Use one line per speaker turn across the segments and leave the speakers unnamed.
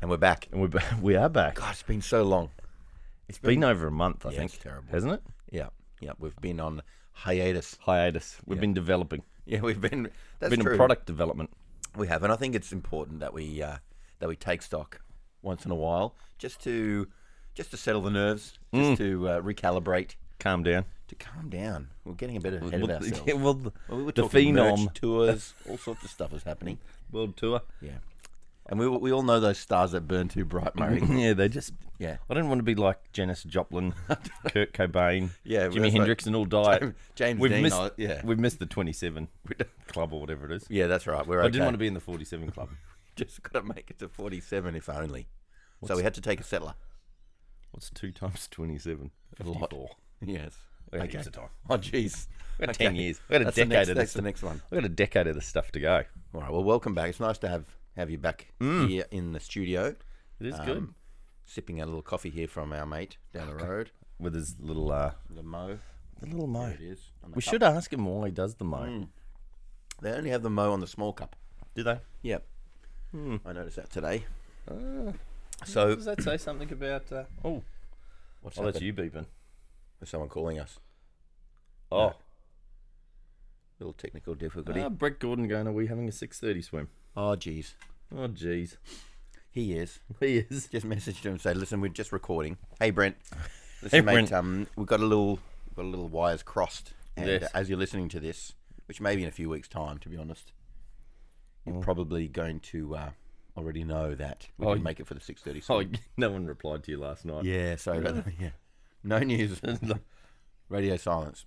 And we're back.
And we're, ba- we are back.
God, it's been so long.
it's been over a month, I
Yeah,
think.
it's terrible.
Hasn't it?
Yeah, yeah. We've been on hiatus.
Hiatus. We've been developing.
Yeah, we've been. That's
been
true.
in product development.
We have, and I think it's important that we uh, that we take stock once in a while, just to just to settle the nerves, just to uh, recalibrate,
Calm down.
to calm down. We're getting a bit ahead of
Well,
ourselves.
yeah, well, the,
Well, we were
the
talking merch,
Phenom
tours, all sorts of stuff is happening.
World Tour.
Yeah, and we we all know those stars that burn too bright, Murray.
yeah, they just.
Yeah.
I don't want to be like Janis Joplin, Kurt Cobain,
Yeah, well, that's
Jimi
like
Hendrix, and all die.
James- James
we've
Dean,
missed.
I- yeah.
We've missed the 27 club or whatever it is.
yeah, that's right. We're.
I didn't want to be in the 47 club.
Just got to make it to forty-seven, if only. so we had to take a settler.
What's two times 27?
A lot. Yes.
We had heaps of time.
Oh, jeez.
We've got 10 years. We've got a
that's
decade
The next,
of
that's
this.
the next one.
We've got a decade of this stuff to go.
All right. Well, welcome back. It's nice to have have you back
Mm.
here in the studio,
It is
Um, sipping a little coffee here from our mate down the road,
With his little, uh,
the Mo.
the little mo.
It is. on the
We
cup.
should ask him why he does the mo.
They only have the Mo on the small cup.
Mm. Do they?
Yep.
Hmm.
I noticed that today.
Ah.
so
Does that say something about? Uh, oh,
what's
oh, that's
happened?
you beeping.
Is someone calling us?
Oh,
Little technical difficulty.
ah, Brett Gordon going. Are we having a six thirty swim?
oh, jeez.
Oh, jeez,
He is.
he is.
just messaged him and said, "Listen, we're just recording. Hey Brent, listen,
Hey,
mate,
Brent.
Um, we've got a little got a little wires crossed, and
Yes.
uh, as you're listening to this, which may be in a few weeks' time, to be honest, you're probably going to uh, already know that we
Mm. Oh,
can
y-
make it for the 6:30.
Oh,
slot.
no one replied to you last night.
yeah, so that- yeah, no news, radio silence.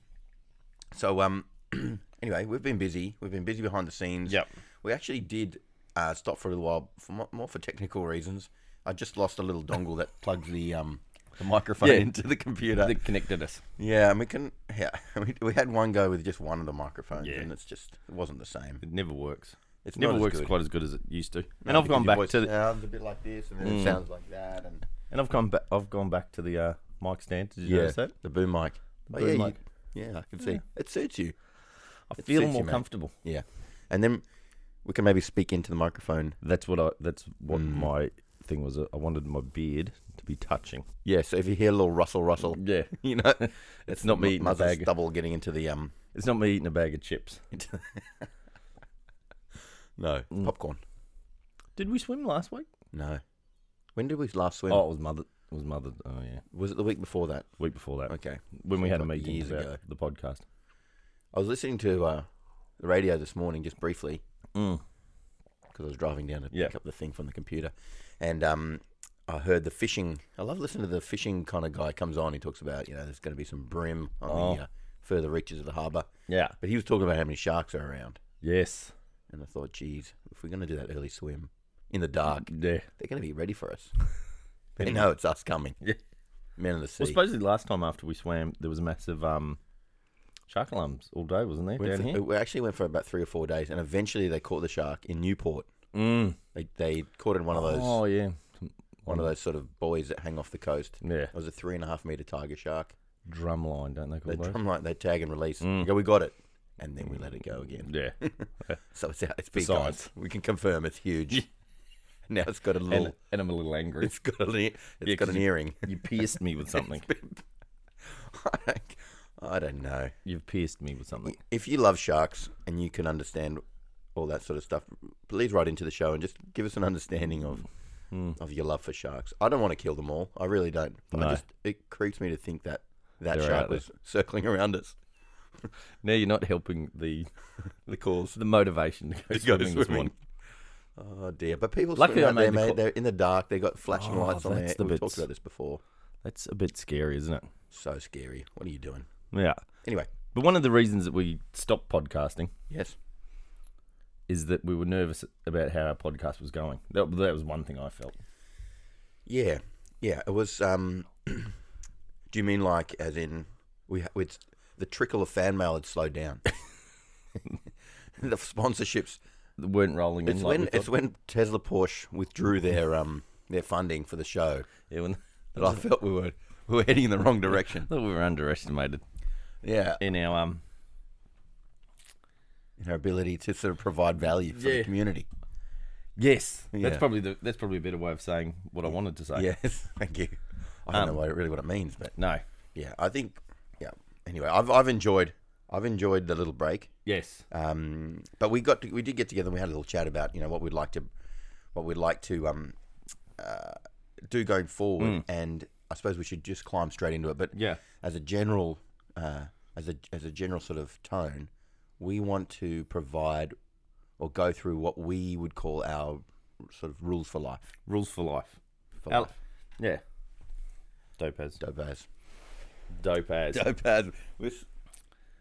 So um, anyway, we've been busy. We've been busy behind the scenes.
Yep.
We actually did uh, stop for a little while, for mo- more for technical reasons. I just lost a little dongle that plugs the um, the microphone
Yeah.
into the computer.
that connected us.
yeah, and we can. Yeah, we, we had one go with just one of the microphones,
Yeah.
and it's just it wasn't the same.
It never works.
It's
It never
not as
works
good.
quite as good as it used to. and
No,
I've
because
gone
your
back
voice
to the, Mm.
sounds a bit like this, and then it sounds like that, and
and I've gone back. I've gone back to the uh, mic stand. Did you notice that?
the boom mic. The
boom
yeah,
mic.
You, yeah, I can see it suits you.
I
It
feel
suits you,
more
mate.
comfortable.
Yeah, and then we can maybe speak into the microphone.
That's what I. That's what my thing was. I wanted my beard to be touching.
Yeah, so if you hear a little rustle, rustle,
Yeah,
you know,
it's not me eating a
Mother's
bag.
double getting into the um,
It's not me eating a bag of chips.
into no popcorn.
Did we swim last week?
Mm. No, when did we last swim?
Oh, it was mother. It was mother. Oh yeah,
Was it the week before that?
week before that.
Okay,
When we had a
Seems like
meeting
years
about
ago.
the podcast.
I was listening to uh, the radio this morning just briefly
Mm.
because I was driving down to
Yeah.
pick up the thing from the computer, and um, I heard the fishing. I love listening to the fishing kind of guy comes on. He talks about you know there's going to be some brim on the uh, further reaches of the harbour,
Yeah.
but he was talking about how many sharks are around.
Yes.
And I thought, geez, if we're going to do that early swim in the dark,
Yeah.
they're going to be ready for us. they know it's us coming.
Yeah.
Men of the sea.
Well, supposedly last time after we swam, there was a massive um, shark alarms all day, wasn't there?
Went
Down
for-
here.
We actually went for about three or four days, and eventually they caught the shark in Newport.
Mm.
They, they caught it in one of those
Oh yeah.
one of those sort of buoys that hang off the coast.
Yeah.
It was a three and a half meter tiger shark.
Drumline, don't they call
They
those?
drum like they tag and release.
Mm.
You go, we got it, and then we let it go again.
yeah.
So it's out. It's big.
Besides-
Guys. We can confirm it's huge. now it's got a little.
and, and I'm a little angry.
it's got a. It's
Yeah,
got
'cause
an earring.
Oh. You pierced me with something.
I don't- I don't know.
You've pierced me with something.
If you love sharks and you can understand all that sort of stuff, please write into the show and just give us an understanding of of your love for sharks. I don't want to kill them all. I really don't. But
Hmm. No.
I just it creeps me to think that that
They're out
shark
there.
was circling around us.
Now you're not helping the
The cause.
the motivation to go,
go
swimming, this morning.
Oh dear! But people
Luckily
swim
I
out there,
made the
mate.
call-
They're in the dark. They got flashing
Oh,
lights on there.
that's the
We've
bits.
talked about this before.
That's a bit scary, isn't it?
So scary. What are you doing?
Yeah.
Anyway,
But one of the reasons that we stopped podcasting
yes.
is that we were nervous about how our podcast was going. That, that was one thing I felt.
Yeah, yeah. It was. Um, do you mean like as in we? ha- It's the trickle of fan mail had slowed down. the sponsorships.
They weren't rolling
It's
in
when
like we
it's when Tesla Porsche withdrew their um their funding for the show
thought. Yeah, when-
that I felt we were we were heading in the wrong direction.
thought we were underestimated
Yeah,
in our um.
in our ability to sort of provide value for the
Yeah.
community.
Yes, that's
Yeah.
probably the, that's probably a better way of saying what I wanted to say.
Yes, thank you. I
Um,
don't know what, really what it means, but
No.
yeah, I think yeah. Anyway, I've I've enjoyed I've enjoyed the little break.
Yes.
Um, but we got to, we did get together. and We had a little chat about you know what we'd like to what we'd like to um, uh, do going forward, and I suppose we should just climb straight into it. But
Hmm. Yeah.
as a general uh, as a as a general sort of tone, we want to provide or go through what we would call our sort of rules for life.
Rules for life.
For
Al-
life.
yeah. Dope as.
Dope as.
Dope as.
Dope as. With,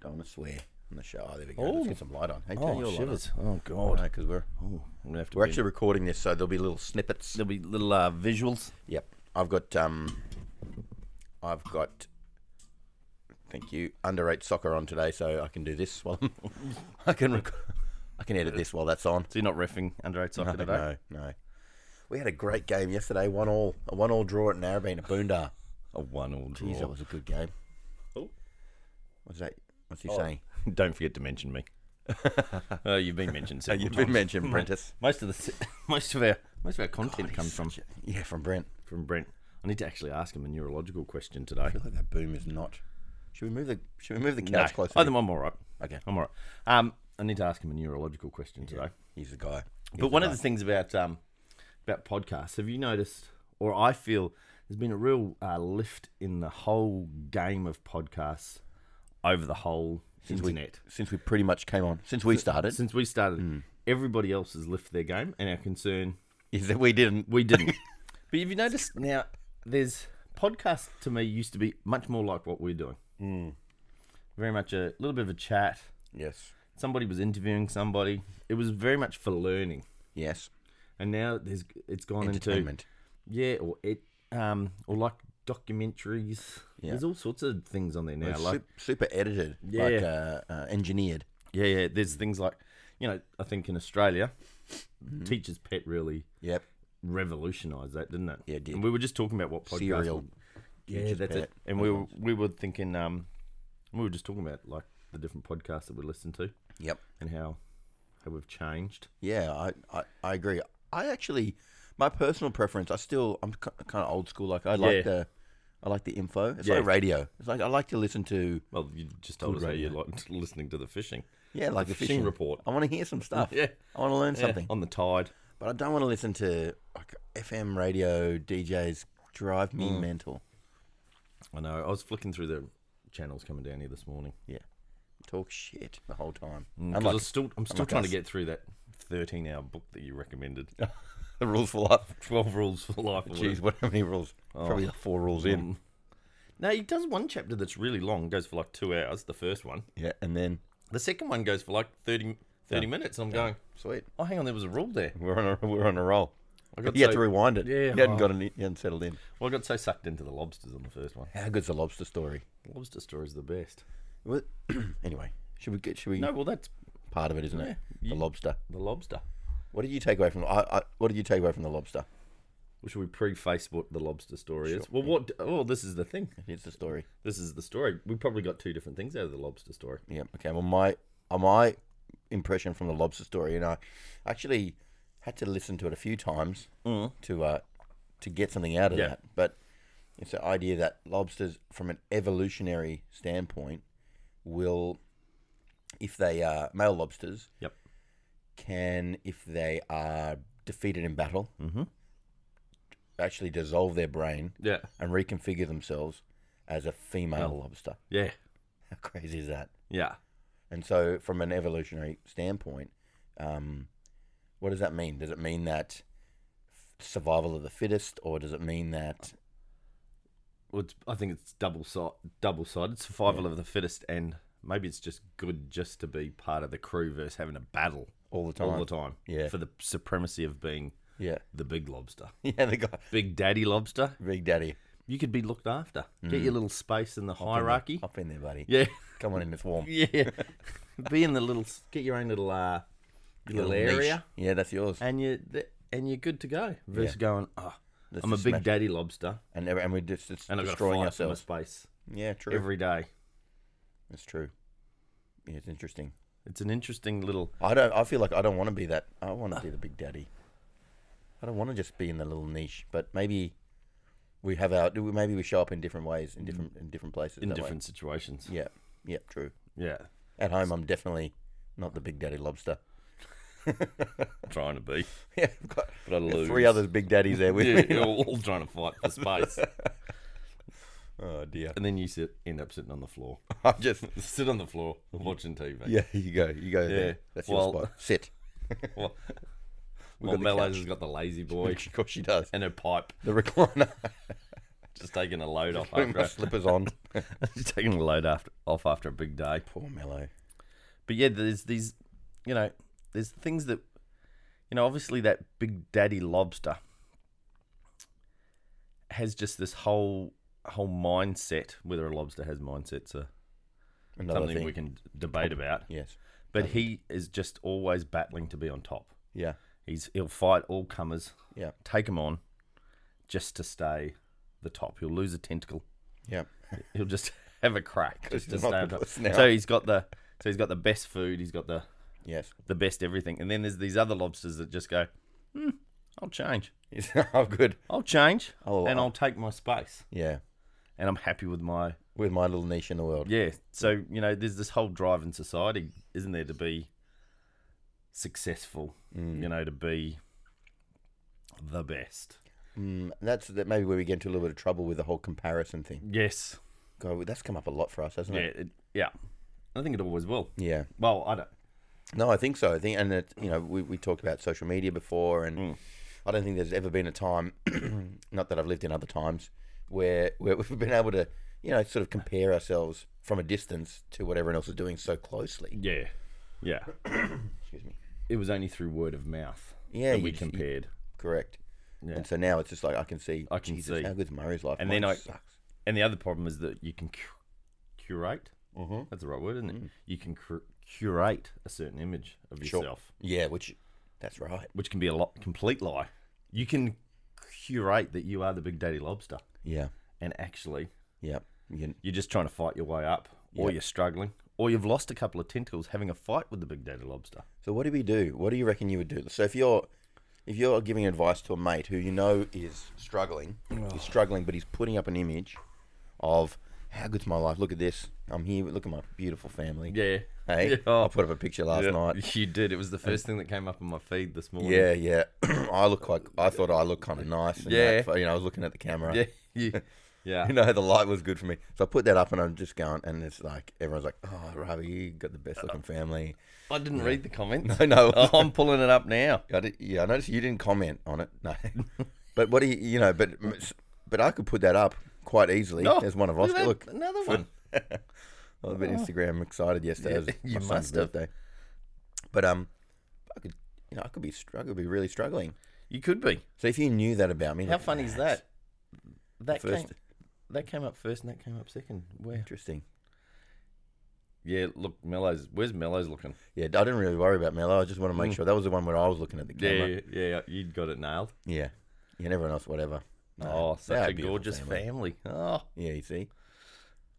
don't want to swear on the show. Oh, there we go. Let's
Oh.
get some light on. Hey, turn your light
Oh,
on.
shivers. Oh,
All
God.
right, 'cause we're
Oh, I'm going to have to
we're
bend.
actually recording this, so there'll be little snippets.
There'll be little uh, visuals.
Yep. I've got um I've got thank you, under eight soccer on today, so I can do this while I'm, I can rec- I can edit this while that's on.
So you're not refing under eight soccer
No,
today?
no, no. We had a great game yesterday, one all a one all draw at Narrabeen at Boondah.
A one all draw.
Jeez, that was a good game.
Oh.
What's that what's he saying?
Don't forget to mention me. uh, you've been mentioned. Several
Oh, You've been
times.
mentioned, Prentice.
Most of the s- most of our most of our content comes from
Yeah, from Brent.
from Brent. I need to actually ask him a neurological question today.
I feel like that boom is not should we move the should we move the couch closer?
I think Oh, I'm all right.
Okay.
I'm all right. Um, I need to ask him a neurological question today.
He's the guy. He's
But one of the things about um, about podcasts, have you noticed, or I feel there's been a real uh, lift in the whole game of podcasts over the whole internet
since we pretty much came on since we started.
since we started.
Mm.
Everybody else has lifted their game, and our concern
is that we didn't
we didn't. but have you noticed now? There's podcasts to me used to be much more like what we're doing.
Hmm.
Very much a little bit of a chat.
Yes.
Somebody was interviewing somebody. It was very much for learning.
Yes.
And now there's it's gone into
Entertainment.
Yeah, or it, um, or like documentaries.
Yeah.
There's all sorts of things on there now.
It's
Like,
sup- super, edited. Like uh, uh, engineered.
yeah, yeah. There's things like, you know, I think in Australia,
Mm-hmm.
Teacher's Pet really
Yep.
revolutionised that, didn't it?
Yeah, it did.
And we were just talking about what podcast.
Serial.
Yeah,
Teacher's
that's
Pet.
it. And we were we were thinking, um, we were just talking about like the different podcasts that we listen to
Yep.
and how how we've changed.
Yeah, I, I, I agree. I actually, my personal preference, I still, I'm kind of old school. Like I like
Yeah.
the, I like the info. It's
Yeah.
like radio. It's like I like to listen to.
Well, you just told
Good
us that you
radio.
liked listening to the fishing.
Yeah, like the
fishing
fishing,
report.
I want to hear some stuff.
Yeah.
I want to learn
Yeah,
something.
on the tide.
But I don't want to listen to like FM radio DJs drive me
Mm.
mental.
I know. I was flicking through the channels coming down here this morning.
Yeah. Talk shit the whole time.
Because
Unlike
I'm still, I'm still
unlike
trying to
us.
get through that 13 hour book that you recommended.
the rules for life.
12 Rules for Life. Or
Jeez,
whatever.
what how many rules?
Oh.
Probably like four rules
Mm.
in.
No, he does one chapter that's really long, goes for like two hours, the first one.
Yeah, and then
The second one goes for like 30, 30 minutes. And I'm going,
sweet,
oh, hang on, there was a rule there.
we're on a we're on a roll.
I
But
got
you had
so-
to rewind it.
Yeah,
you hadn't
oh.
got any, you hadn't settled in.
Well, I got so sucked into the lobsters on the first one.
How good's the lobster story?
Lobster story's the best.
What- anyway, should we get? Should we?
No, well, that's
Part of it, isn't it?
you-
The lobster.
the lobster.
What did you take away from? I, I, what did you take away from the lobster?
Well, should we preface what the lobster story is? Well, what? Oh, this is the thing.
Here's the story.
This is the story. We probably got two different things out of the lobster story.
Yeah. Okay. Well, my uh, my impression from the lobster story, and I actually had to listen to it a few times to uh, to get something out of
Mm. Yeah.
that. But it's the idea that lobsters, from an evolutionary standpoint, will, if they are male lobsters,
Yep.
can if they are defeated in battle,
Mm-hmm.
actually dissolve their brain
Yeah.
and reconfigure themselves as a female
Mm.
lobster.
Yeah.
How crazy is that?
Yeah.
And so, from an evolutionary standpoint, um, what does that mean? Does it mean that survival of the fittest, or does it mean that
Well, it's, I think it's double si- double sided survival of the fittest, and maybe it's just good just to be part of the crew versus having a battle
all the time?
all the time
Yeah.
for the supremacy of being
Yeah,
the big lobster,
yeah, the guy,
big daddy lobster.
Big Daddy,
You could be looked after.
Mm.
Get your little space in the hierarchy.
up in there, buddy.
Yeah,
Come on in, it's warm.
yeah. be in the little. s- Get your own little uh, your little,
Little niche.
area,
Yeah, that's yours.
and you th- and you're good to go. Versus going, oh,
Let's
I'm a
just
big
smash-
daddy lobster,
and ev- and we're just, just
and I've got to
destroying
fight for my
ourselves.
space
Yeah, true.
every day.
It's true. Yeah, it's interesting.
It's an interesting little.
I don't. I feel like I don't want to be that. I want to be the Big Daddy. I don't want to just be in the little niche, but maybe we have our maybe we show up in different ways in different in different places.
Mm. in
that way.
different situations.
Yeah, yeah, true.
Yeah,
At home, I'm definitely not the big daddy lobster.
trying to be,
Yeah, I've got,
but I
got
lose.
three others big daddies there with
Yeah,
me.
you're all trying to fight for space,
Oh dear,
and then you sit end up sitting on the floor.
I'm just
sit on the floor watching TV.
yeah. You go, you go.
Yeah,
There. That's
well-
your spot. Sit.
Well,
We've
well
got the
Mellows
couch.
has got the lazy boy
Of course she does.
and her pipe,
The recliner.
just taking a load off
Putting my
after
slippers on.
a, just taking a load after, off after a big day.
Poor Mellow.
But yeah, there's these, you know, there's things that, you know, obviously that Big Daddy Lobster has just this whole whole mindset. Whether a lobster has mindsets, a
Another
something
thing.
we can debate about.
Yes.
But he is just always battling to be on top.
Yeah.
He's he'll fight all comers,
Yeah.
take him on, just to stay the top. He'll lose a tentacle.
Yeah.
He'll just have a crack just to
he's an
stay on top.
octopus now.
So he's got the so he's got the best food. He's got the
Yes.
the best everything. And then there's these other lobsters that just go, hmm, I'll change.
Yes. oh, good.
I'll change.
Oh,
and
I-
I'll take my space.
Yeah.
And I'm happy with my.
With my little niche in the world.
Yeah. So, you know, there's this whole drive in society, isn't there, to be successful, you know, to be the best.
Mm, that's that maybe where we get into a little bit of trouble with the whole comparison thing.
Yes.
God, that's come up a lot for us, hasn't
Yeah.
it?
It, yeah. I think it always will.
Yeah.
Well, I don't.
No, I think so. I think, and it, you know, we, we talked about social media before, and
Mm.
I don't think there's ever been a time, not that I've lived in other times, where where we've been able to, you know, sort of compare ourselves from a distance to what everyone else is doing so closely.
Yeah. Yeah.
Excuse me.
It was only through word of mouth
Yeah,
that
you
we
just- you-
compared.
Correct.
Yeah.
And so now it's just like I can see.
I can
Jesus,
see.
how good's Murray's life.
And
Mine
then I-
sucks.
And the other problem is that you can cu- curate. That's the right word, isn't it? You can cur- curate a certain image of
Sure.
yourself,
Yeah, which that's right.
which can be a lot complete lie. You can curate that you are the big daddy lobster,
Yeah,
and actually,
yeah. You-
you're just trying to fight your way up, or
Yeah.
you're struggling, or you've lost a couple of tentacles having a fight with the big daddy lobster.
So what do we do? What do you reckon you would do? So if you're if you're giving advice to a mate who you know is struggling, he's struggling, but he's putting up an image of how good's my life? Look at this. I'm here. Look at my beautiful family.
Yeah.
Hey,
Oh,
I put up a picture last
yeah.
night.
You did. It was the first thing that came up on my feed this morning.
Yeah, yeah. I look like I thought I looked kind of nice. And
Yeah.
that, you know, I was looking at the camera.
Yeah. you- Yeah.
You know, the light was good for me. So I put that up and I'm just going, and it's like, everyone's like, oh, Ravi, you got the best looking family.
I didn't read the comments.
I know.
Oh, I'm pulling it up now.
I did, yeah, I noticed you didn't comment on it. No, but what do you, you know? But but I could put that up quite easily
Oh,
as one of us.
look at that,
Look,
another one.
I was a bit Instagram excited yesterday.
Yeah,
it was my
you
son's
must have.
birthday. But um, I could, you know, I could be struggling, be really struggling.
You could be.
So if you knew that about me,
How
like,
funny is
"That's
that? That
First-
came that came up first and that came up second. Where?
Interesting.
Yeah, look, Mellows. Where's Mellows looking?
Yeah, I didn't really worry about Mello. I just want to make sure that was the one where I was looking at the
Mm. Yeah,
camera. Yeah,
yeah, yeah, you got it nailed.
yeah. and everyone else, whatever. No,
oh,
they had
such a
beautiful
gorgeous family. Oh,
Yeah, you see.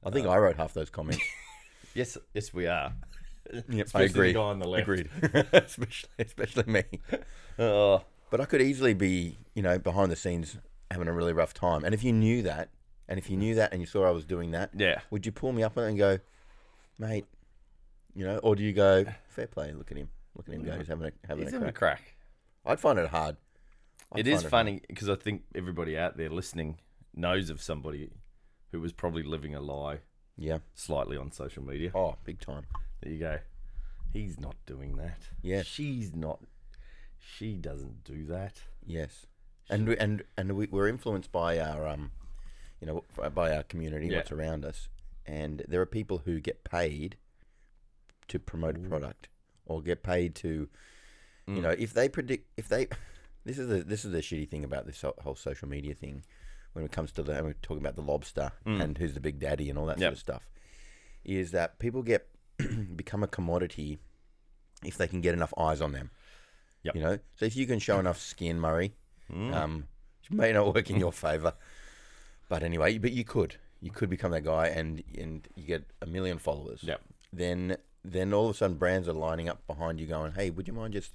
Uh,
I think I wrote half those comments.
yes, yes, we are.
Yep,
Especially the guy on the left.
Agreed. especially, especially me.
Oh,
But I could easily be, you know, behind the scenes having a really rough time. And if you knew that, and if you knew that, and you saw I was doing that,
yeah,
would you pull me up on it and go, mate, you know, or do you go, fair play? Look at him. Look at him go. He's having a having
he's
a
having a
crack.
crack.
I'd find it hard. I'd
it is
find
funny because I think everybody out there listening knows of somebody who was probably living a lie
Yeah.
slightly on social media.
Oh, big time.
There you go. He's not doing that.
Yeah.
She's not. She doesn't do that.
Yes. And we, and and we, we're influenced by our um, you know, by our community,
Yeah.
what's around us, and there are people who get paid to promote a product or get paid to, you
Mm.
know, if they predict if they, this is the this is the shitty thing about this whole- whole social media thing, when it comes to the and we're talking about the lobster and who's the big daddy and all that
Mm. Yep.
sort of stuff, is that people get become a commodity if they can get enough eyes on them.
Yep. Hmm.
You know, so if you can show enough skin, Murray, um, it may not work in your favour. But anyway, but you could, you could become that guy, and and you get a million followers.
Yep.
Then then all of a sudden brands are lining up behind you, going, "Hey, would you mind just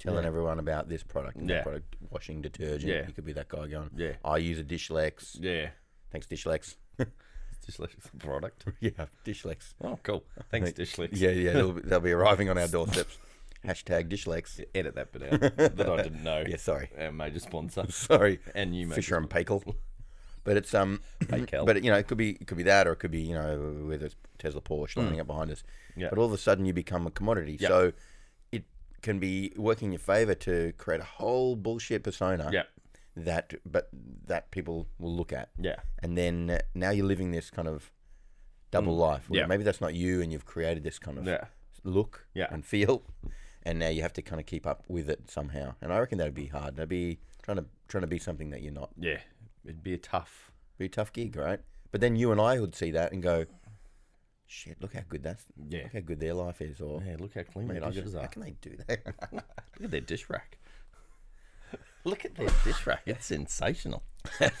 telling everyone about this product, and that
Yeah.
product, washing detergent.
Yeah.
You could be that guy going,
Yeah.
I use a Dishlex.
Yeah.
Thanks, Dishlex.
It's Just like it's a product.
yeah, Dishlex.
Oh, cool. Thanks, Dishlex.
Yeah, yeah, they'll be, they'll be arriving on our doorsteps. Hashtag Dishlex. Yeah,
Edit that bit out that I didn't know.
sorry,
Our major sponsor.
sorry.
And you, major
Fisher and Paykel. But it's um,
Paykel.
but you know, it could be it could be that, or it could be you know, whether it's Tesla, Porsche lining up behind us.
Mm. Yeah.
But all of a sudden, you become a commodity.
Yeah.
So it can be working in your favor to create a whole bullshit persona.
Yeah.
That, but that people will look at.
Yeah.
And then uh, now you're living this kind of double life. where
Mm. Yeah.
Maybe that's not you, and you've created this kind of
Yeah.
look
Yeah.
and feel, and now you have to kind of keep up with it somehow. And I reckon that'd be hard. That'd be trying to trying to be something that you're not.
Yeah. It'd be a tough.
Be a tough gig, right? But then you and I would see that and go, "Shit, look how good that's.
Yeah.
Look how good their life is." Or
Yeah, look how clean
"Mate,
their
I
dishes
could- how
are.
can they do that?
Look at their dish rack. Look at their dish rack. It's sensational.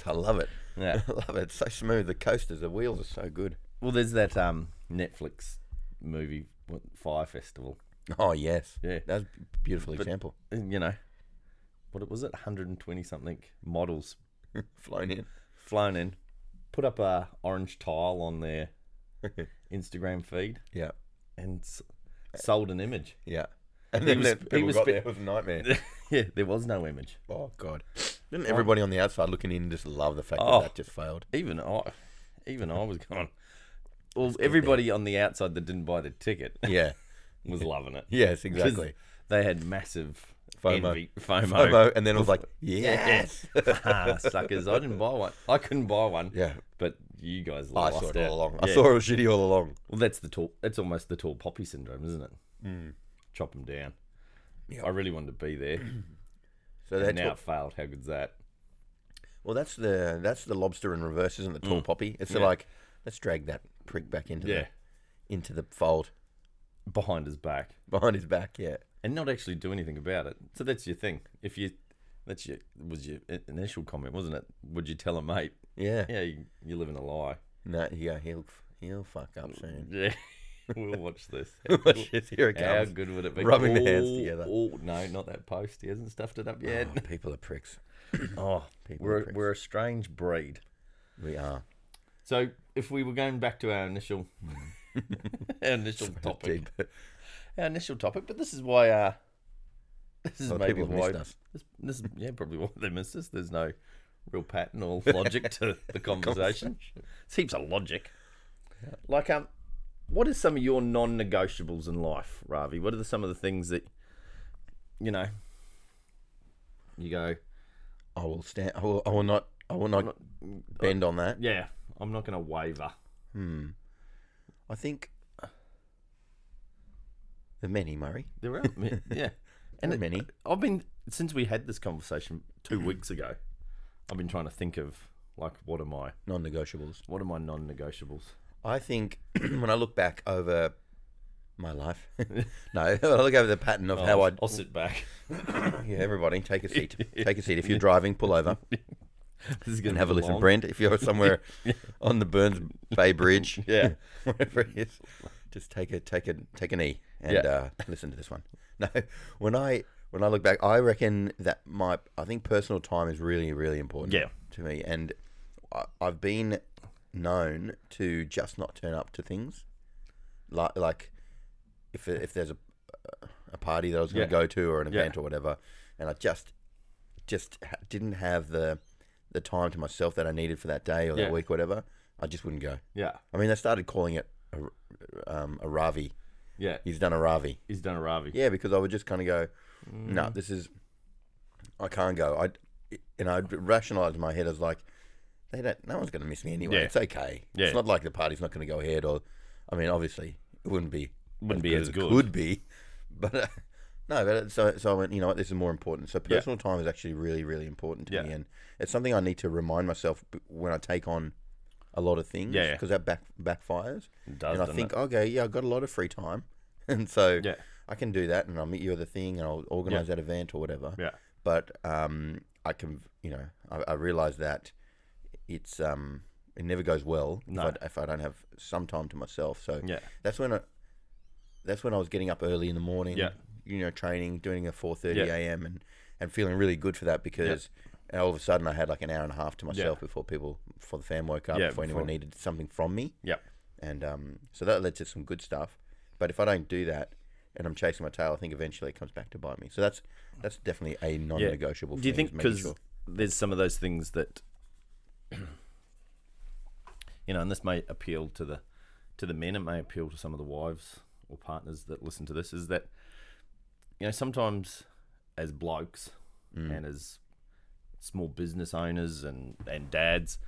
I love it.
Yeah.
I love it. It's so smooth. The coasters, the wheels are so good.
Well, there's that um, Netflix movie what, Fire Festival.
Oh yes,
Yeah.
That's a beautiful example.
And, You know, what was it? 120 something models
Flown in.
flown in, put up a orange tile on their Instagram feed,
Yeah,
and s- sold an image.
yeah. And
He
then
was-
the
he
people
was
got
spe-
there. It was a nightmare.
yeah, there was no image.
Oh God! Didn't everybody on the outside looking in just love the fact
Oh.
that that just failed?
Even I, even I was going. Well, everybody on the outside that didn't buy the ticket
Yeah.
was loving it.
Yes,
'Cause
exactly.
They had massive
FOMO.
envy, FOMO.
FOMO, and then it was like, yes.
ah, suckers! I didn't buy one. I couldn't buy one.
Yeah.
But you guys
I
lost
saw it
out.
all along. I
Yeah.
saw it was shitty all along.
Well, that's the tall. That's almost the tall poppy syndrome, isn't it? Chop them down.
Mm. Yeah.
I really wanted to be there.
So
and
that's
now
what,
it failed. How good's that?
well, that's the that's the lobster in reverse, isn't it? the tall poppy? It's the
Yeah.
like let's drag that prick back into
Yeah.
the into the fold
Behind his back,
behind his back. Yeah,
and not actually do anything about it. So that's your thing. If you, that's your was your i- initial comment, wasn't it? Would you tell a mate?
yeah.
Yeah, you, you're living a lie.
No, yeah, he'll he'll fuck up soon.
Yeah. we'll watch this.
Watch this, Here it
How
comes.
good would it be?
Rubbing their hands
Oh,
together.
Oh no, not that post. He hasn't stuffed it up yet.
Oh, people are pricks.
Oh,
People are
we're
pricks.
we're a strange breed.
We are.
So if we were going back to our initial
Mm.
our initial topic,
Deep.
our initial topic, but this is why uh this is
Well,
maybe
people have
why
missed us.
this, this is yeah probably why they missed us. There's no real pattern or logic to the conversation. It's heaps of logic. Like um, what are some of your non-negotiables in life, Ravi? What are the, some of the things that you know? You go,
I will stand. I will, I will not. I will not bend on that.
yeah, I'm not going to waver.
I think the many Murray.
There are yeah.
And the many.
I've been since we had this conversation two
Mm-hmm.
weeks ago. I've been trying to think of like what are my
non-negotiables.
what are my non-negotiables?
I think when I look back over my life, no, when I look over the pattern of how I.
I'll sit back.
Yeah, everybody, take a seat. Take a seat. If you're driving, pull over
This is gonna
and have a
be
listen.
long.
Brent, if you're somewhere on the Burns Bay Bridge,
Yeah,
whatever it is, just take a take a take an E and
Yeah.
uh, listen to this one. No, when I when I look back, I reckon that my I think personal time is really really important.
Yeah.
to me, and I, I've been known to just not turn up to things, like like if if there's a a party that I was going
Yeah.
to go to or an
Yeah.
event or whatever, and I just just ha- didn't have the the time to myself that I needed for that day or
Yeah.
that week, whatever. I just wouldn't go.
yeah,
I mean, they started calling it a, um, a Ravi.
yeah.
He's done a Ravi.
He's done a Ravi.
Yeah, because I would just kind of go,
Mm.
no, this is, I can't go. I and I'd rationalize in my head as like, they don't. No one's going to miss me anyway.
Yeah.
It's okay.
Yeah.
It's not like the party's not going to go ahead. Or, I mean, obviously, it wouldn't be
Wouldn't be as
it
good.
could be, but. Uh, no, but it- so, so I went, you know what, this is more important. So
Yeah.
personal time is actually really, really important to
Yeah.
me. And it's something I need to remind myself b- when I take on a lot of things
Yeah, yeah.
because that back, backfires.
It does,
and I
doesn't
think, okay, yeah, I've got a lot of free time. And so
Yeah.
I can do that and I'll meet you at the thing and I'll organize that event or whatever.
Yeah.
But um, I can, you know, I, I realize that it's, um, it never goes well
No.
if, I, if I don't have some time to myself. So
Yeah.
that's when I, that's when I was getting up early in the morning,
Yeah.
you know training, doing a four thirty
Yeah.
a.m. and and feeling really good for that because. And all of a sudden, I had like an hour and a half to myself before people, before the fam woke up,
Yeah,
before anyone
before-
needed something from me
Yep.
and um, so that led to some good stuff. But if I don't do that, and I'm chasing my tail, I think eventually it comes back to bite me. So that's that's definitely a non-negotiable.
Do you
thing,
think
is making
because
sure.
there's some of those things that you know, and this may appeal to the to the men, it may appeal to some of the wives or partners that listen to this, is that you know sometimes as blokes and as small business owners and and dads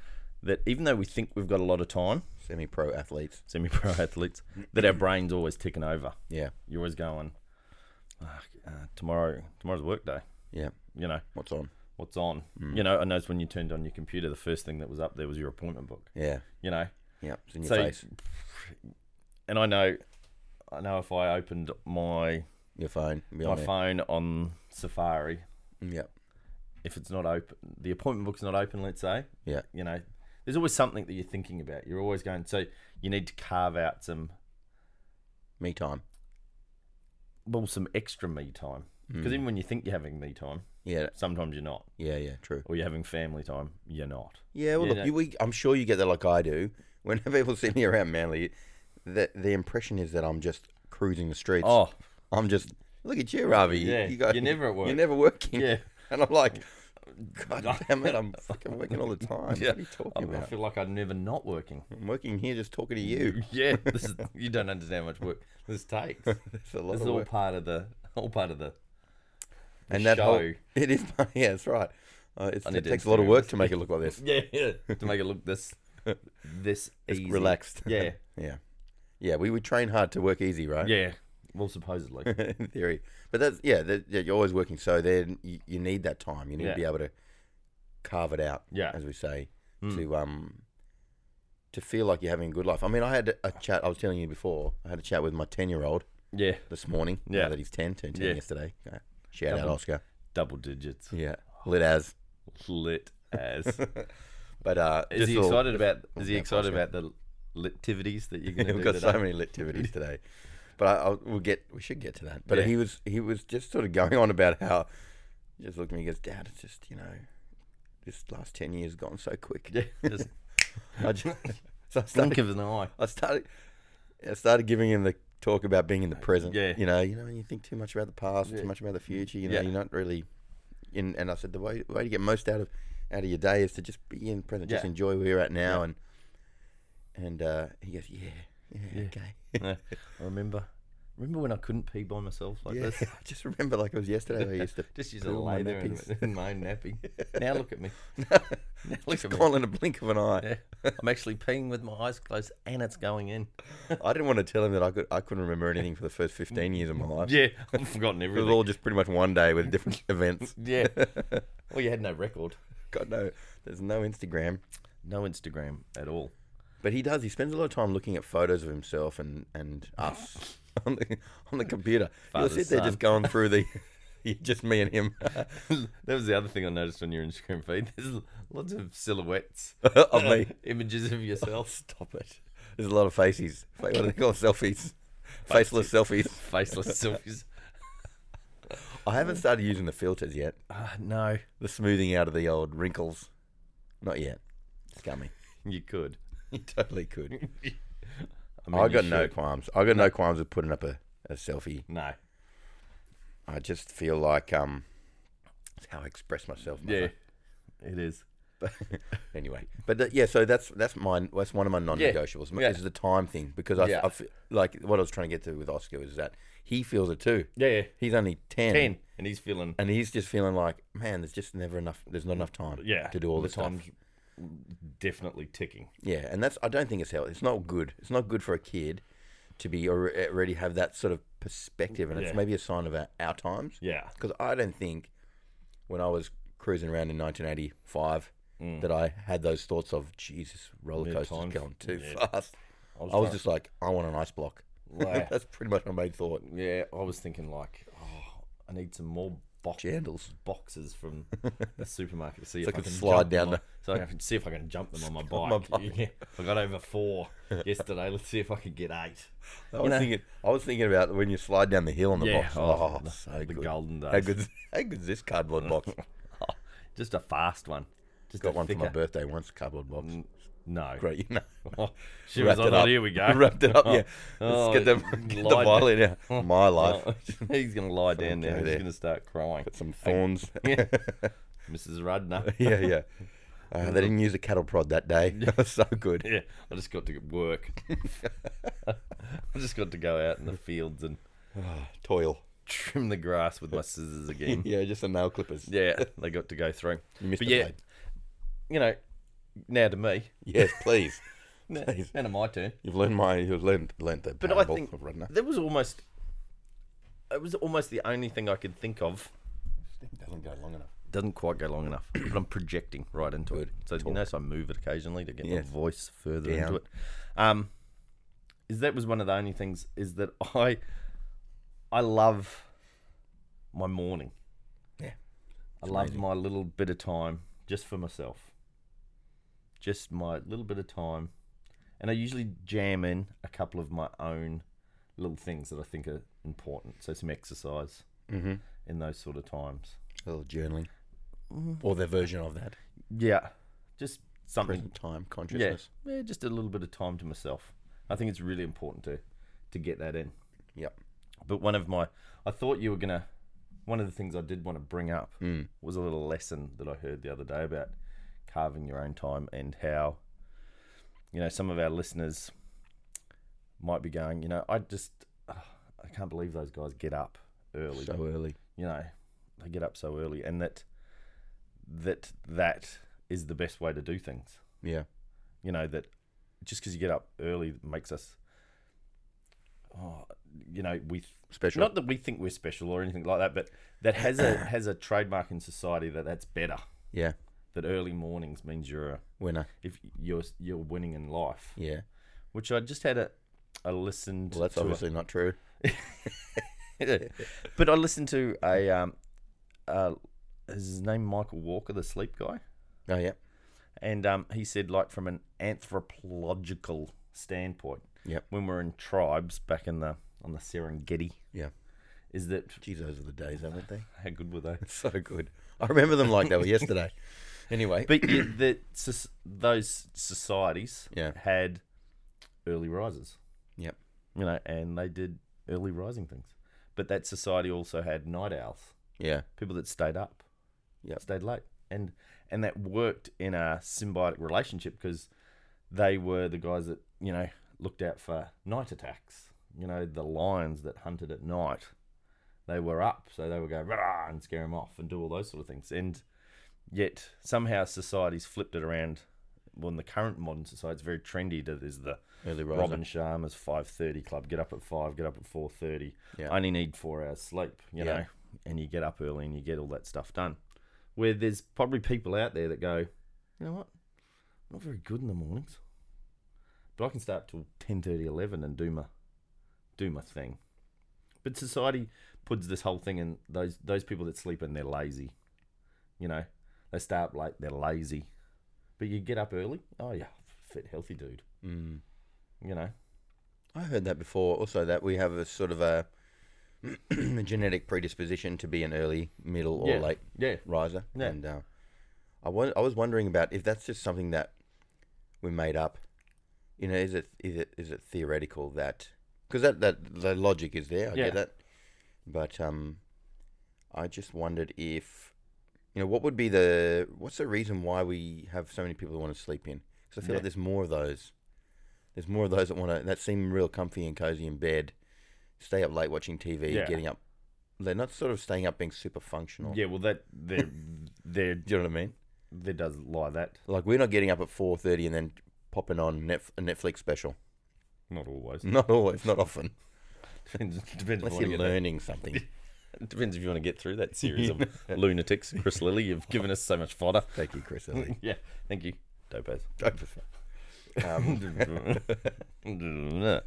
that even though we think we've got a lot of time,
semi-pro athletes,
semi-pro athletes, that our brain's always ticking over.
yeah,
You're always going, "Ah, uh, tomorrow, tomorrow's work day.
yeah,
You know,
what's on?
what's on.
Hmm.
You know, I noticed when you turned on your computer, the first thing that was up there was your appointment book.
Yeah,
You know,
yeah, it's in your
So-
face,
and I know, I know if I opened my
your phone, be
my
on there. Mm,
phone on Safari,
yeah,
if it's not open, the appointment book's not open. Let's say,
yeah,
you know, there's always something that you're thinking about. You're always going, so you need to carve out some
me time.
well, some extra me time
Hmm.
because even when you think you're having me time,
Mm. Yeah,
sometimes you're not,
yeah, yeah, true.
or you're having family time, you're not.
Yeah, well,
Yeah,
look,
no.
you, we, I'm sure you get that like I do. When people see me around Manly, the the impression is that I'm just cruising the streets.
Oh,
I'm just look at you, Ravi. You-
Yeah,
you got,
you're never at work.
You're never working.
Yeah.
and I'm like, God damn it, I'm fucking working all the time.
yeah.
What are you talking
I, I
about?
feel like I'm never not working.
I'm working here just talking to you.
Yeah, this is, you don't understand how much work this takes. This
It's a lot
is
of
all
work.
part of the all part of the.
And that whole,
show.
it is. Yeah, that's right. Uh, it's,
need
it
to
takes a lot of
Instagram
work
this.
to make it look like this.
Yeah, yeah. to make it look this this
It's
easy.
relaxed.
Yeah,
yeah, yeah. We would train hard to work easy, right?
yeah. Well, supposedly.
in theory. But that's yeah, that, yeah, you're always working. So then you, you need that time. You need
Yeah.
to be able to carve it out,
Yeah. Hmm.
as we say, to um to feel like you're having a good life. I mean, I had a chat. I was telling you before. I had a chat with my ten year old
Yeah,
this morning. now
Yeah.
that he's 10, turned 10
Yeah.
yesterday. Okay. Shout out
Double-
Oscar.
double digits,
Yeah, lit as.
lit as.
But uh,
Is
just
he
a little-
excited about? Is he
Yeah,
excited
Oscar.
about the litivities that you're going to do
We've got
today?
so many litivities today, but I, I'll, we'll get we should get to that. But
Yeah.
he was he was just sort of going on about how he just looked at me and goes, Dad, it's just you know this last ten years gone so quick.
Yeah, just
I just, so I
blink
started,
of an eye.
I started I started giving him the talk about being in the present.
Yeah.
you know, you know, when you think too much about the past,
Yeah.
too much about the future, you know,
Yeah.
you're not really. In, and I said the way, way to get most out of out of your day is to just be in the present, just
Yeah.
enjoy where you're at now.
Yeah.
And and uh, he goes, yeah, yeah.
Yeah.
okay.
Yeah. I remember. Remember when I couldn't pee by myself like
Yeah,
this?
I just remember like it was yesterday. I used to
Just use a
poo on my
lay there in,
nappies.
in my own nappy. Now look at me. Now look
just
at me.
gone in a blink of an eye.
Yeah. I'm actually peeing with my eyes closed and it's going in.
I didn't want to tell him that I could. I couldn't remember anything for the first fifteen years of my life.
Yeah, I've forgotten
It was
everything.
all just pretty much one day with different events.
Yeah. Well, you had no record,
God no, there's no Instagram.
no Instagram at all.
But he does. He spends a lot of time looking at photos of himself and and us on the on the computer. You'll sit
Father's
there just
son.
going through the, just me and him
that was the other thing I noticed on your Instagram feed. There's lots of silhouettes Uh,
of me.
images of yourself.
Stop it. There's a lot of faces. What do they call them? selfies? Faceless selfies.
Faceless selfies.
I haven't started using the filters yet.
Ah, no,
The smoothing out of the old wrinkles. Not yet. It's coming.
you could.
You totally could.
I,
I
you
got no
should.
qualms. I got no qualms with putting up a, a selfie.
No.
I just feel like um it's how I express myself. mother.
Yeah, it is.
But anyway. But that, yeah, so that's that's mine that's one of my non negotiables.
Yeah.
Is the time thing because I,
Yeah.
I feel like what I was trying to get to with Oscar is that he feels it too.
Yeah, yeah.
He's only ten.
Ten, and he's feeling
And he's just feeling like, man, there's just never enough. There's not enough time
yeah
to do all
the
this stuff.
time's definitely ticking.
Yeah, and that's I don't think it's healthy. It's not good. It's not good for a kid to be or already have that sort of perspective, and
Yeah.
it's maybe a sign of our, our times.
Yeah.
Because I don't think when I was cruising around in 1985
Mm.
that I had those thoughts of Jesus, roller coasters
Mid-times.
going too
Yeah.
fast. I
I was,
was
trying-
just like, I want an ice block.
Wow.
that's pretty much my main thought.
yeah, I was thinking like, oh, I need some more box,
Jandals.
boxes from the supermarket to see if
I
I,
could
can
slide
jump them
down
on-
the-
so I can see if I can jump them on my
On my
bike. Yeah, I got over four yesterday. Let's see if I can get eight.
I
You
was
know-
thinking. I was thinking about when you slide down the hill on the
Yeah,
box.
oh,
Oh,
the-
so
the
good.
golden
How
days.
good? How good's this cardboard box?
Just a fast one. Just
Got
a
one for my
thicker-
birthday once. Cardboard box.
No.
Great, you know.
Oh, she was. I
it
thought, here we go.
Wrapped it up. Yeah.
Oh,
Let's get the,
it
get the
lied-
violin out. My life.
Oh, he's gonna lie down there.
go
He's
there.
gonna start crying.
Got some thorns.
Yeah. Mrs. Rudner.
yeah, yeah. Uh, they didn't use a cattle prod that day. That was so good.
Yeah, I just got to work. I just got to go out in the fields and
Toil.
trim the grass with my scissors again.
Yeah, just the nail clippers.
yeah, they got to go through.
You missed
but
it,
yeah,
mate.
you know, now to me,
Yes, please.
now,
Please.
now to my turn.
You've learned my. You've learned learned the
But
parable
I think
of Rudner.
that was almost, it was almost the only thing I could think of.
Doesn't go long enough.
Doesn't quite go long enough, but I'm projecting right into it. So you notice I move it occasionally to get my
Yes.
voice further
Down.
into it. Um, is that was one of the only things is that I, I love my morning.
Yeah.
I love my little bit of time just for myself. Just my little bit of time. And I usually jam in a couple of my own little things that I think are important. So some exercise
Mm-hmm.
in those sort of times.
A little journaling, Mm-hmm. or their version of that.
Yeah. Just something
Present time
yeah,
consciousness.
yeah, just a little bit of time to myself. I think it's really important to to get that in.
Yep.
But one of my I thought you were going to one of the things I did want to bring up
Mm.
was a little lesson that I heard the other day about carving your own time and how, you know, some of our listeners might be going, you know, I just, ah, I can't believe those guys get up early.
So early.
you know, they get up so early, and that that that is the best way to do things.
Yeah.
You know that just because you get up early makes us, oh, you know, we
Special.
not that we think we're special or anything like that, but that has a has a trademark in society that that's better.
yeah.
That early mornings means you're a,
Winner.
if you're you're winning in life.
Yeah.
Which I just had a I listened.
Well, that's
to a-
obviously not true.
but I listened to a um, uh, is his name Michael Walker, the sleep guy,
Oh yeah.
and um, he said like from an anthropological standpoint.
Yep.
When we're in tribes back in the on the Serengeti,
Yeah.
is that
Geez, those are the days, aren't they?
how good were they?
So good. I remember them like they were yesterday. Anyway.
But yeah, the, soc- those societies
Yeah.
had early risers,
Yep.
you know, and they did early rising things. But that society also had night owls.
Yeah.
people that stayed up,
Yep.
stayed late, and and that worked in a symbiotic relationship because they were the guys that you know looked out for night attacks. You know the lions that hunted at night, they were up, so they would go "Rah!" and scare them off and do all those sort of things. And yet somehow society's flipped it around. Well, in the current modern society, it's very trendy that there's the
Early riser.
Robin Sharma's five thirty club. Get up at five. Get up at four thirty.
Yeah.
Only need four hours sleep.
Yeah.
You know, and you get up early and you get all that stuff done. Where there's probably people out there that go, you know what, I'm not very good in the mornings, but I can stay up till 10, 11 and do my do my thing. But society puts this whole thing in those those people that sleep in they're lazy. You know, they stay up late. They're lazy. But you get up early. Oh yeah, fit, healthy dude.
Mm.
You know.
I heard that before. Also, that we have a sort of a, a genetic predisposition to be an early, middle, or
yeah.
late
Yeah.
riser.
Yeah.
And uh, I, wa- I was wondering about if that's just something that we made up. You know, is it is it is it theoretical that because that that the logic is there. I
Yeah.
get that, but um, I just wondered if you know what would be the what's the reason why we have so many people that want to sleep in? Because I feel
Yeah.
like there's more of those. There's more of those that want to that seem real comfy and cozy in bed, stay up late watching TV,
Yeah.
getting up. They're not sort of staying up being super functional.
Yeah, well, that there, there,
Do you know what I mean?
there does lie that.
Like we're not getting up at four thirty and then popping on Netf- a Netflix special.
Not always.
Not always, not often,
Depends, depends, if
unless
you wanna
you're
get that-
learning something.
depends if you want to get through that series of lunatics. Chris Lilly, you've given us so much fodder.
Thank you, Chris. Elliott.
yeah, thank you. Dopez.
um,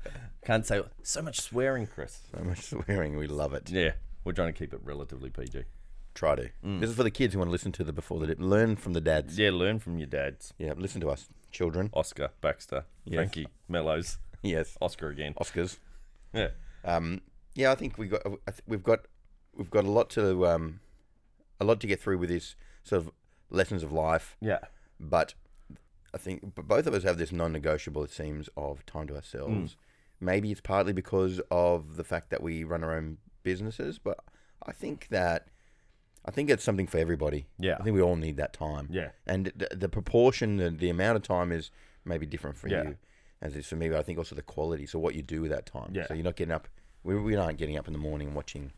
Can't say so much swearing, Chris.
so much swearing, we love it.
Yeah, we're trying to keep it relatively PG.
Try to.
Mm.
This is for the kids who want to listen to the before the dip. Learn from the dads.
Yeah, learn from your dads.
Yeah, listen to us, children.
Oscar, Baxter, Frankie, Mellows,
Yes,
Oscar again.
Oscars.
Yeah.
Um, yeah, I think we got I th- we've got we've got a lot to um, a lot to get through with this sort of lessons of life.
Yeah.
But I think but both of us have this non-negotiable. It seems of time to ourselves.
Hmm.
Maybe it's partly because of the fact that we run our own businesses, but I think that I think it's something for everybody.
Yeah.
I think we all need that time.
Yeah.
and the, the proportion, the, the amount of time is maybe different for
Yeah.
you as it is for me. But I think also the quality. So what you do with that time.
Yeah.
So you're not getting up. We, we aren't getting up in the morning and watching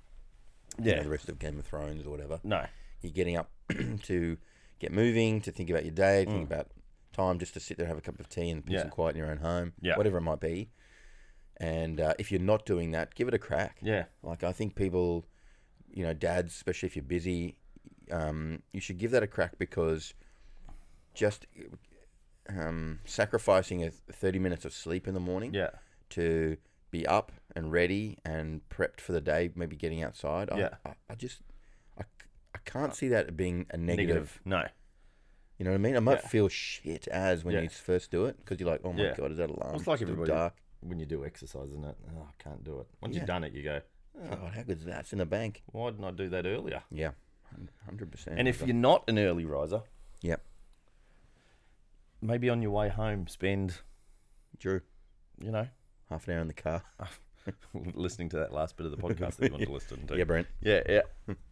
you know,
Yeah.
the rest of Game of Thrones or whatever.
No.
You're getting up to get moving, to think about your day, to think about time just to sit there and have a cup of tea and peace
Mm. Yeah.
and quiet in your own home,
Yeah.
whatever it might be. And uh, if you're not doing that, give it a crack.
Yeah.
Like I think people, you know, dads, especially if you're busy, um, you should give that a crack because just um, sacrificing a thirty minutes of sleep in the morning
Yeah.
to be up and ready and prepped for the day, maybe getting outside. I,
Yeah.
I, I just I, c- I can't see that being a negative.
No.
You know what I mean? I might
Yeah.
feel shit as when
Yeah.
you first do it because you're like, oh my
Yeah.
god, is that alarm?
It's like
still
everybody-
dark.
When you do exercise, isn't it? Oh, I can't do it. Once
Yeah.
you've done it, you go,
God, how good's that? It's in the bank.
why didn't I do that earlier?
Yeah, hundred percent.
And if you're not an early riser,
yeah,
maybe on your way home, spend,
Drew,
you know,
half an hour in the car.
listening to that last bit of the podcast that you want to listen to.
Yeah, Brent.
Yeah, yeah.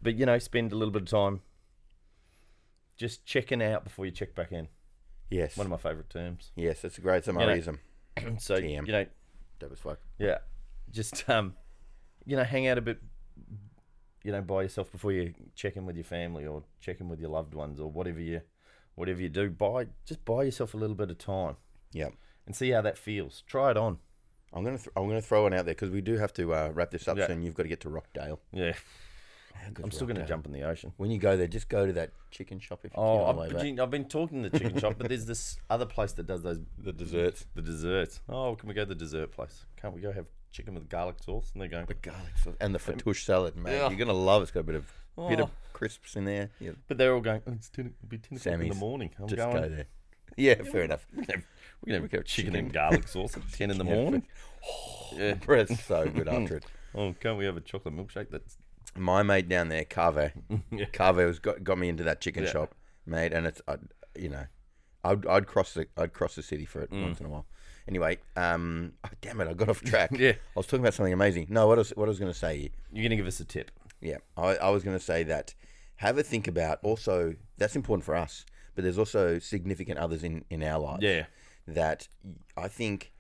but you know, spend a little bit of time just checking out before you check back in.
Yes.
One of my favourite terms.
yes, that's a great summarism.
so
TM.
you know,
Dope as fuck.
yeah, just um, you know, hang out a bit, you know, by yourself before you check in with your family or check in with your loved ones or whatever you, whatever you do. Buy just buy yourself a little bit of time
Yeah.
and see how that feels. Try it on.
I'm gonna th- I'm gonna throw one out there because we do have to uh, wrap this up
Yeah.
soon. You've got to get to Rockdale.
Yeah,
How good's
I'm still going to
Rockdale?
jump in the ocean.
When you go there, just go to that chicken shop if you can.
Oh,
on the
I've,
way back.
gee, I've been talking to the chicken shop, but there's this other place that does those
the desserts,
The dessert. Oh, can we go to the dessert place? Can't we go have chicken with garlic sauce? And they're going.
the garlic sauce, and the fattoush salad, man.
Yeah.
You're gonna love it. It's got a bit of bit of
Oh.
crisps in there. Yeah,
But they're all going. Oh, it's ten, it'll be ten o'clock in the
Sammy's.
morning. I'm
just
going.
go there. Yeah, fair enough.
We can have, we can have
go
chicken, and garlic sauce at ten in the morning. yeah.
Breath's so good after it.
Oh, can't we have a chocolate milkshake? That's
My mate down there, Cave, Cave was got got me into that chicken
Yeah.
shop, mate. And it's I, you know, I'd, I'd cross the I'd cross the city for it
Mm.
once in a while. Anyway, um, oh, damn it, I got off track.
Yeah.
I was talking about something amazing. No, what I was what I was going to say.
you're gonna give us a tip.
Yeah, I, I was going to say that. Have a think about also that's important for us, but there's also significant others in in our lives.
Yeah.
that I think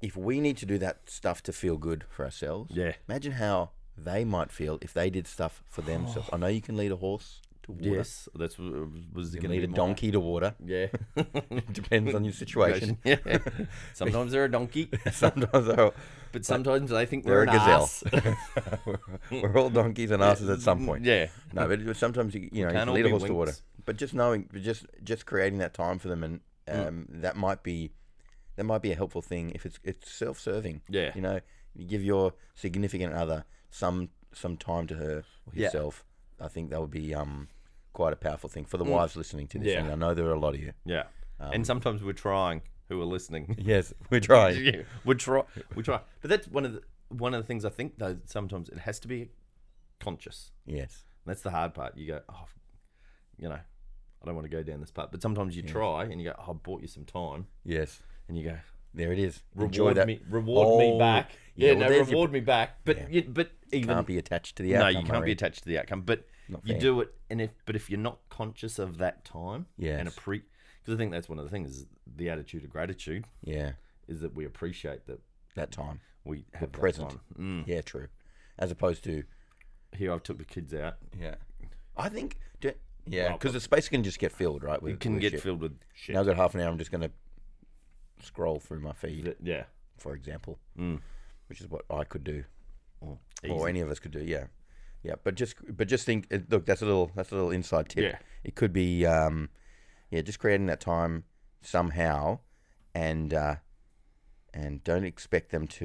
if we need to do that stuff to feel good for ourselves,
Yeah.
imagine how they might feel if they did stuff for themselves. I know you can lead a horse to water,
Yes, that's what was
you can
going to
lead
be
a
my-
donkey to water.
Yeah.
Depends on your situation.
yeah. Sometimes they're a donkey,
Sometimes they're,
but sometimes they think
they're
we're
a
an
gazelle.
ass.
we're, we're all donkeys and asses at some point.
Yeah.
No, but it- sometimes you, you know you
can't
can
all
lead a
be
horse to water.
winks.
But just knowing, but just just creating that time for them, and
Mm.
um, that might be that might be a helpful thing if it's it's self serving.
Yeah.
you know, you give your significant other some some time to her or
Yeah.
herself. I think that would be um quite a powerful thing for the wives listening to this.
Mm. Yeah.
And I know there are a lot of you.
Yeah.
Um,
and sometimes we're trying. Who are listening?
Yes, we're trying.
yeah, we try, we try. But that's one of the one of the things I think though. Sometimes it has to be conscious.
Yes,
And that's the hard part. You go, oh, you know, I don't want to go down this path. But sometimes you try and you go, oh, I bought you some time,
yes.
and you go,
There it is. Enjoy
reward
that.
me, reward
Oh,
me back.
yeah,
Yeah,
well,
no,
there's your-
reward me back. But
Yeah.
you, but even
Can't be attached to the
no,
outcome.
you can't
Murray.
be attached to the outcome. But
Not
you
fair.
do it, and if but if you're not conscious of that time, and
Yes.
appre because I think that's one of the things is the attitude of gratitude
Yeah,
is that we appreciate that
that time.
we have that
present.
time. Mm.
Yeah, true. As opposed to
here I've took the kids out.
Yeah. I think. Do, yeah, because the space can just get filled, right? With,
It can
with
get
shit.
filled with shit.
Now I've got half an hour. I'm just going to scroll through my feed,
Th- yeah.
for example, which is what I could do,
Oh,
or
Mm. easy.
any of us could do. Yeah, yeah. But just, but just think. uh, Look, that's a little, that's a little inside tip.
Yeah.
It could be, um, yeah, just creating that time somehow, and uh, and don't expect them to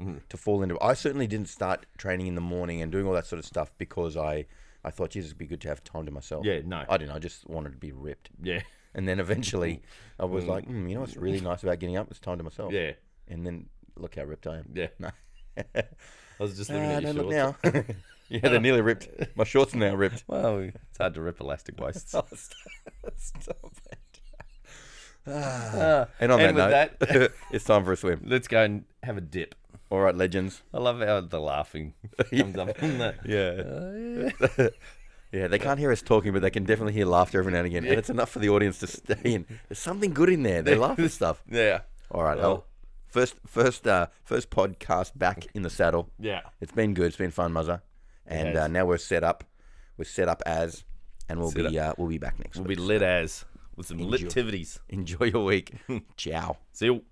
Mm-hmm.
uh, to fall into. I certainly didn't start training in the morning and doing all that sort of stuff because I I thought, Jesus, it'd be good to have time to myself.
Yeah, no.
I didn't. I just wanted to be ripped.
Yeah.
And then eventually, I was like, mm, you know what's really nice about getting up? It's time to myself.
Yeah.
And then look how ripped I am.
Yeah.
No.
I was just looking
Ah,
at your
don't
shorts.
look now. yeah, they're nearly ripped. My shorts are now ripped.
Well, it's hard to rip elastic waists.
Oh, stop, stop it.
Ah,
And on
and
that
with
note,
that,
it's time for a swim.
let's go and have a dip.
All right, legends.
I love how the laughing comes up from the.
Yeah.
Uh,
Oh, Yeah, they can't hear us talking, but they can definitely hear laughter every now and again. And it's enough for the audience to stay in. There's something good in there. They laugh at stuff.
yeah.
All right, well, first, first, uh, first podcast back in the saddle.
Yeah.
It's been good. It's been fun, Muzza. And uh,
has.
now we're set up. We're set up as, and we'll
Set
be uh, we'll be back next
We'll
week.
be lit as with some
Enjoy.
lit tivities.
Enjoy your week. Ciao.
See you.